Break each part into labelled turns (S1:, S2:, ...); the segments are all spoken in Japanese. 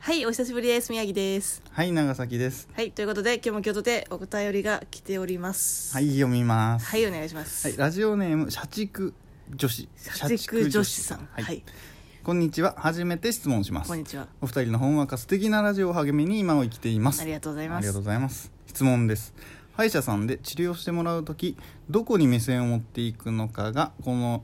S1: はい、お久しぶりです。宮城です。
S2: はい、長崎です。
S1: はい、ということで、今日も京都でお便りが来ております。
S2: はい、読みます。
S1: はい、お願いします。
S2: はい、ラジオネーム社畜女子。
S1: 社畜女子さん。
S2: は、
S1: はいい、
S2: こんにちは。初めて質問します
S1: こん。にちは。
S2: お二人のほんわか素敵なラジオを励みに今を生きています。
S1: ありがとうございます
S2: ありがとうございます。質問です。歯医者さんで治療してもらうとき、どこに目線を持っていくのかが、この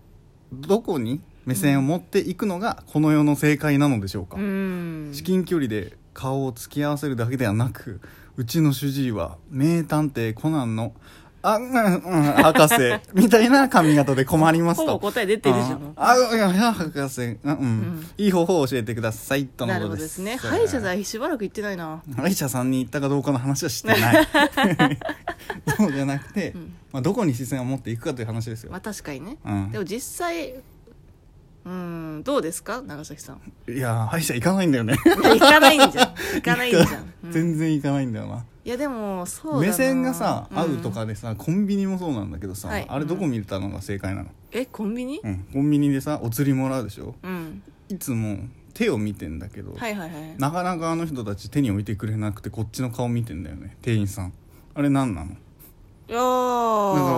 S2: どこに目線を持っていくのがこの世の正解なのでしょうか。
S1: うーん。
S2: 至近距離で顔を突き合わせるだけではなくうちの主治医は名探偵コナンのあ、うん、うん、博士みたいな髪型で困ります
S1: ほぼ
S2: と。
S1: 答え出てるでしょ。
S2: ああ、うん、うん博士、うん、うん、いい方法を教えてください、との
S1: な
S2: こ
S1: るほど
S2: とで。
S1: ですすね。歯医者さんしばらく行ってないな。
S2: 歯医者さんに行ったかどうかの話はし てない。そうじゃなくて、まあ、どこに視線を持っていくかという話ですよ
S1: まあ。確かにね。
S2: うん
S1: でも実際、うーん、どうですか長崎さん。
S2: いやー、歯医者行かないんだよね。
S1: いや行かないんじ ゃん。行かないんじゃん。うん
S2: 全然行かないんだよな。
S1: いやでも、そうだな
S2: 目線がさ、合うと。
S1: ん
S2: かでさコンビニもそうなんだけどさ、
S1: はい
S2: あれどこ見れたのが正解なの、
S1: え、コンビニ
S2: うん、コンビニでさお釣りもらうでしょ
S1: うん。
S2: いつも手を見てんだけど、
S1: はいはいはい。
S2: なかなかあの人たち手に置いてくれなくてこっちの顔見てんだよね店員さんあれ何なのだ
S1: いや
S2: か
S1: ー。
S2: ら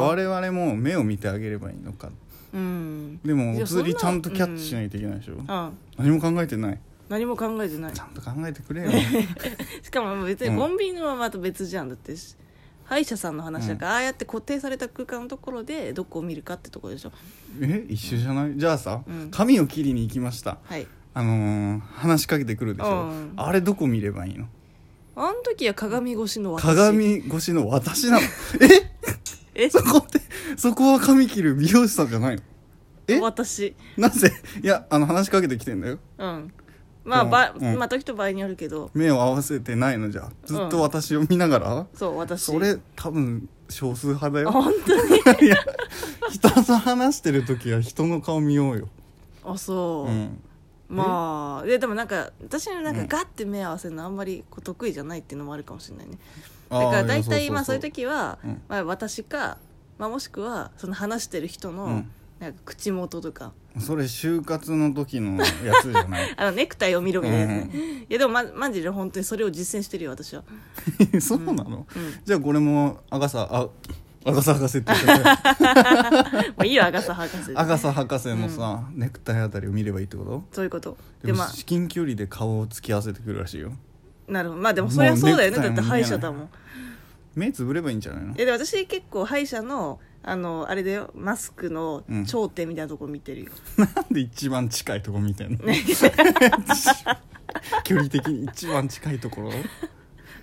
S2: 我々も目を見てあげればいいのか
S1: うん。
S2: でも
S1: い
S2: お
S1: やそんな
S2: 釣りちゃんとキャッチしないといけないでしょ、
S1: あ
S2: 何も考えてない
S1: 何も考えてない
S2: ちゃんと考えてく れよ
S1: しかも別に
S2: うん
S1: コンビニはまた別じゃんだってし歯医者さんの話だから、ああやって固定された空間のところでどこを見るかってところでしょ
S2: え一緒じゃないじゃあさ、
S1: うん
S2: 髪を切りに行きました
S1: はい
S2: あのー話しかけてくるでしょ、
S1: うん
S2: あれどこ見ればいいの
S1: あの時は鏡越しの私
S2: 鏡越しの私なのえ
S1: え
S2: そこってそこは髪切る美容師さんじゃないのえ
S1: 私
S2: なぜいやあの話しかけてきてんだよ
S1: うんまあ、
S2: うん
S1: ば
S2: うん
S1: まあ時と場合によるけど
S2: 目を合わせてないのじゃずっと私を見ながら、
S1: そう私
S2: それ多分少数派だ
S1: あ
S2: よ
S1: 本当に
S2: いや人と話してる時は人の顔見ようよ、
S1: あそう、
S2: うん、
S1: まあででもなんか私のなんか
S2: うん
S1: ガッて目合わせるのあんまりこう得意じゃないっていうのもあるかもしれないね
S2: あー
S1: だから
S2: いや
S1: 大体
S2: そうそうそう
S1: まあそういう時は、
S2: うん
S1: まあ、私か、まあ、もしくはその話してる人
S2: う
S1: の
S2: ん
S1: なんか口元とか、
S2: それ就活の時のやつじゃない
S1: あのネクタイを見ろみたいなやつね、いやでも、ま、マジで本当にそれを実践してるよ私は
S2: そうなの、
S1: うん
S2: じゃあこれも赤さあ赤さ博士って言っちゃった
S1: まあいいよアガサ博士
S2: アガサ博士のさ、ネクタイあたりを見ればいいってこと
S1: そういうこと
S2: で
S1: で
S2: も
S1: まあ
S2: 至近距離で顔を突き合わせてくるらしいよ
S1: なるほどまあでもそれはそうだよね
S2: もう
S1: だ
S2: ネ
S1: っ
S2: ク
S1: て
S2: タ
S1: 歯医
S2: イも見えない
S1: 者だもん
S2: 目つぶればいいんじゃないの
S1: えで私結構歯医者のあのあれだよマスクの頂点みたいなとこ見てるよ、
S2: なんで一番近いとこ見てんの 距離的に一番近いところ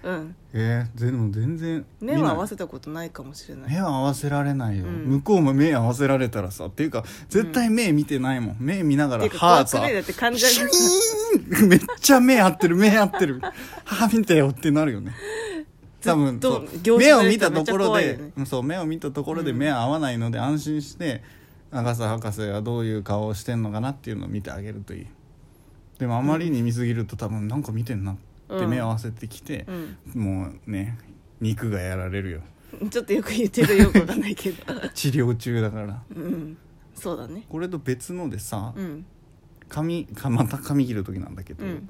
S1: うん、
S2: えー、でも全然
S1: 目は合わ
S2: せ
S1: せたことないかもしれない
S2: 目は合わせられないよ、
S1: うん
S2: 向こうも目合わせられたらさっていうか絶対目見てないもん、目見なが
S1: ってい
S2: ら
S1: うか怖
S2: 歯
S1: く
S2: さ
S1: ないだって患者
S2: シュ
S1: に
S2: イーン めっちゃ目合ってる目合ってる 歯見てよってなるよね多分
S1: ずっと
S2: そう
S1: 凝視
S2: 目
S1: さ
S2: を
S1: れ
S2: 見
S1: た
S2: た
S1: らめっ
S2: と
S1: ちゃ
S2: ころ
S1: 怖いよね
S2: で、そう目を見たところで目合わないので安心して、長澤博士はどういう顔をしてんのかなっていうのを見てあげるといいでもあまりに見すぎると多分なんか見てんなって目を合わせてきて
S1: う、ん
S2: もうね肉がやられるよ
S1: ちょっとよく言ってるよくわかんないけど
S2: 治療中だから
S1: うんそうだね
S2: これと別のでさ
S1: うん
S2: 髪かまた髪切る時なんだけど、
S1: うん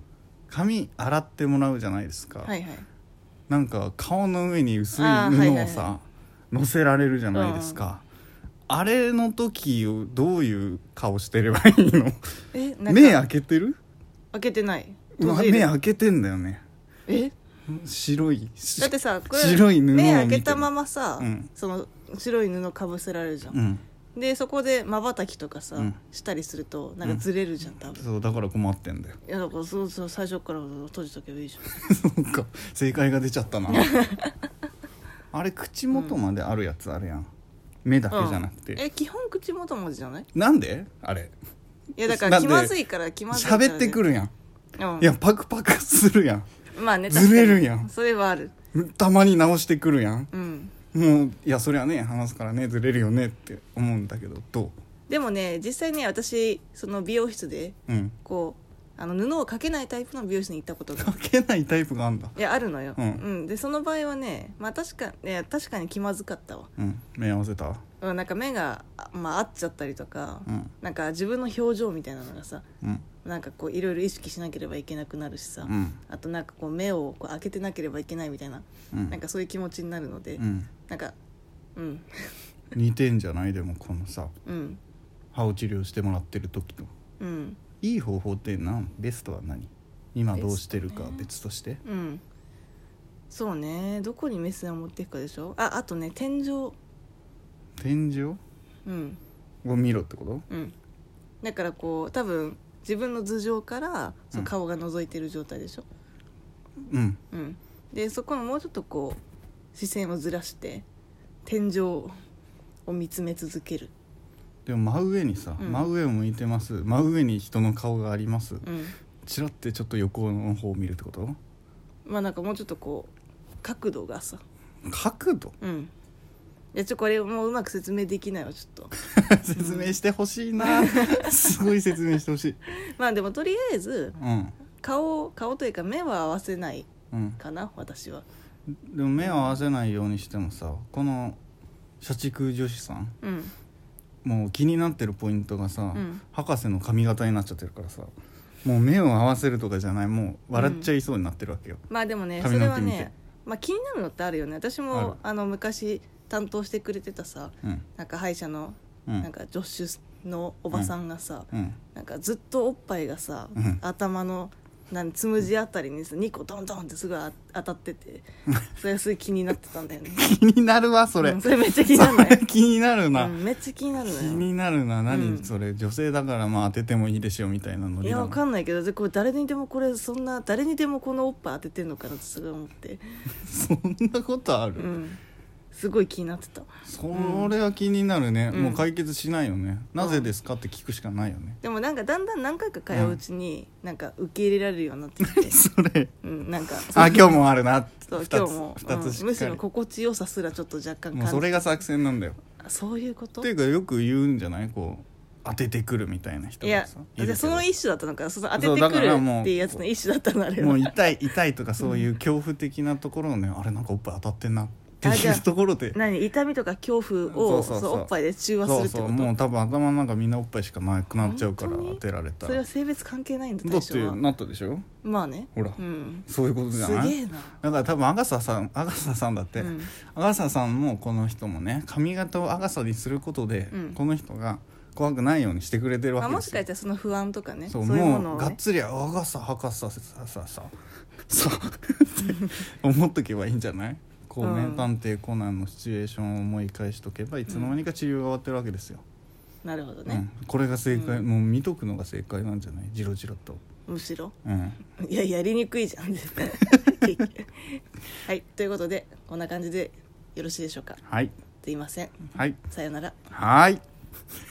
S2: 髪洗ってもらうじゃないですか、
S1: はいはい
S2: なんか顔の上に薄い
S1: あーはいは
S2: 布
S1: いは
S2: を
S1: い
S2: さ乗せられるじゃないですか、あれの時をどういう顔してればいいの
S1: えなんか
S2: 目開けてる
S1: 開けてない
S2: ま
S1: 閉じる
S2: 目開けてんだよね
S1: え
S2: 白いし
S1: だってさこれ
S2: 白い布を見てる
S1: 目開けたままさ、
S2: うん
S1: その白い布かぶせられるじゃん、
S2: うん
S1: でそこでまばたきとかさ、
S2: うん
S1: したりするとなんかずれるじゃん多分、
S2: そうだから困ってんだよ
S1: いやだからそうそう最初から閉じとけばいいじゃ
S2: そうか正解が出ち ゃったなあれ口元まであるやつあるやん目だけ
S1: ん
S2: じゃなくて、
S1: うんえ基本口元文字じゃない
S2: なんであれ
S1: いやだか
S2: な
S1: ら
S2: ん
S1: 気
S2: で
S1: まずいから気まずいから
S2: 喋ってく
S1: る、
S2: るやん
S1: うん、
S2: いやパクパクするやん
S1: まあね
S2: ずれるやん
S1: 確かにそれはある
S2: たまに直してくるやん
S1: うん
S2: もういやそりゃね話すからねずれるよねって思うんだけどど
S1: でもね実際ね私その美容室で
S2: ううん
S1: こうあの布をかけないタイプの美容室に行ったことが
S2: かけないタイプがあんだ
S1: いやあるのよ、う
S2: うんん
S1: でその場合はね、まあ、確かいや確かに気まずかったわ、
S2: うん目合わせた
S1: うん、なんか目があまあ、合っちゃったりとか、
S2: うん
S1: なんか自分の表情みたいなのがさ
S2: うん
S1: なんかこういろいろ意識しなければいけなくなるしさ、
S2: うん
S1: あとなんかこう目をこう開けてなければいけないみたいな、
S2: うん
S1: なんかそういう気持ちになるので、
S2: うん
S1: なんかうん
S2: 似てんじゃないでもこのさ
S1: うん
S2: 歯を治療してもらってる時と
S1: うん
S2: いい方法って何ベストは何今どうしてるかは別として、
S1: うんそうねどこにメスを持っていくかでしょああとね天井
S2: 天井
S1: うん
S2: を見ろってこと
S1: うんだからこう多分自分の頭上からそうの
S2: ん
S1: 顔が覗いてる状態でしょ、
S2: うん
S1: うん、でそこのもうちょっとこう視線をずらして天井を見つめ続ける、
S2: でも真上にさ、
S1: うん
S2: 真上を向いてます真上に人の顔があります
S1: うん、
S2: チラってちょっと横の方を見るってこと
S1: まあなんかもうちょっとこう角度がさ
S2: 角度
S1: うんいやちょこれもううまく説明できないわちょっと
S2: 説明してほしいなすごい説明してほしい
S1: まあでもとりあえず
S2: うん
S1: 顔顔というか目は合わせない
S2: うん
S1: かな私は
S2: でも目を合わせないようにしてもさこの社畜女子さん
S1: うん
S2: もう気になってるポイントがさ、
S1: ん
S2: 博士の髪型になっちゃってるからさもう目を合わせるとかじゃないもう笑っちゃいそうになってるわけよ、
S1: まあでもねそ
S2: 髪
S1: れ
S2: の
S1: は
S2: 毛見て
S1: ね、まあ、気になるのってあるよね私
S2: あ
S1: も
S2: る
S1: あの昔担当してくれてたさ
S2: うん
S1: なんか歯医者の
S2: うん
S1: なんか助手のおばさんがさ、
S2: うん
S1: なんかずっとおっぱいがさ、
S2: うん
S1: 頭のなんつむじあたりにさ2個ドンドンってすごいあ当たっててそれがすごい気になってたんだよね
S2: 気になるわそれ、
S1: うんそれめっちゃ気になるのよ
S2: それ 気になるな、
S1: うんめっちゃ気になる
S2: 気
S1: のよ
S2: になるな何、
S1: うん
S2: それ女性だからまあ当ててもいいでしょみたいなノ
S1: い
S2: リだ
S1: や
S2: な
S1: わかんないけどでこれ誰にでもこれそんな誰にでもこのおっぱい当ててんのかなってすごい思って、
S2: そんなことある、
S1: うん、すごい気になってた
S2: それは気になるね、
S1: うん
S2: もう解決しないよね、なぜですかって聞くしかないよ ね、
S1: でもなんかだんだん何回か通ううちに、なんか受け入れられるようになってきて
S2: それ
S1: うんなんか
S2: あ今日もあるな
S1: そう
S2: 2つ
S1: 今日も、
S2: 二つしっかり、
S1: うんむしろ心地よさすらちょっと若干感じ
S2: もうそれが作戦なんだよ
S1: あそういうこと
S2: っていうかよく言うんじゃないこう当ててくるみたいな人
S1: いや
S2: がさ
S1: じゃあその
S2: いる
S1: 一種だったのかその当て
S2: そう
S1: て
S2: だ
S1: く
S2: か
S1: る
S2: らもう
S1: っていうやつの一種だったのあ
S2: け
S1: れ
S2: ども
S1: は
S2: う痛い痛いとかそういう恐怖的なところをね、あれなんかおっぱい当たってんなって
S1: あじ
S2: い
S1: ゃ
S2: う
S1: あ
S2: ところで
S1: 何痛みとか恐怖を
S2: そ
S1: そう
S2: そうそう
S1: のおっぱいで中和す
S2: そ
S1: る
S2: う
S1: って
S2: そ
S1: こ
S2: う
S1: と
S2: もう多分頭の中みんなおっぱいしかなくなっちゃうから
S1: 本当
S2: 当
S1: に
S2: てられた
S1: それ
S2: ら
S1: は性別関係ないんだ
S2: だ
S1: 対
S2: っ
S1: 象
S2: て
S1: は
S2: なったでしょ
S1: まあね
S2: ほら
S1: うん
S2: そういうことじ
S1: す
S2: ゃ
S1: げ
S2: ない
S1: えな
S2: だから多分アガサさんアガサさんだって、
S1: うん
S2: アガサさんもこの人もね髪型をアガサにすることで、
S1: うん
S2: この人が怖くないようにしてくれてるわ
S1: まあ
S2: けで
S1: も
S2: す
S1: し
S2: よ
S1: かしたらその不安とかね
S2: そ
S1: そうういうもの
S2: もう
S1: を
S2: がっ
S1: ね
S2: つりアガサ博士ささささそう思っとけばいいんじゃないこう名
S1: うん
S2: 探偵コナンのシチュエーションを思い返しとけばいつの間にか治療が終わってるわけですよ、
S1: なるほど
S2: う
S1: ね
S2: んこれが正解、
S1: うん
S2: もう見とくのが正解なんじゃないジロジロと、
S1: むしろ
S2: うん、
S1: いややりにくいじゃん はいということでこんな感じでよろしいでしょうか
S2: はい
S1: すいません
S2: はい
S1: さようなら
S2: はい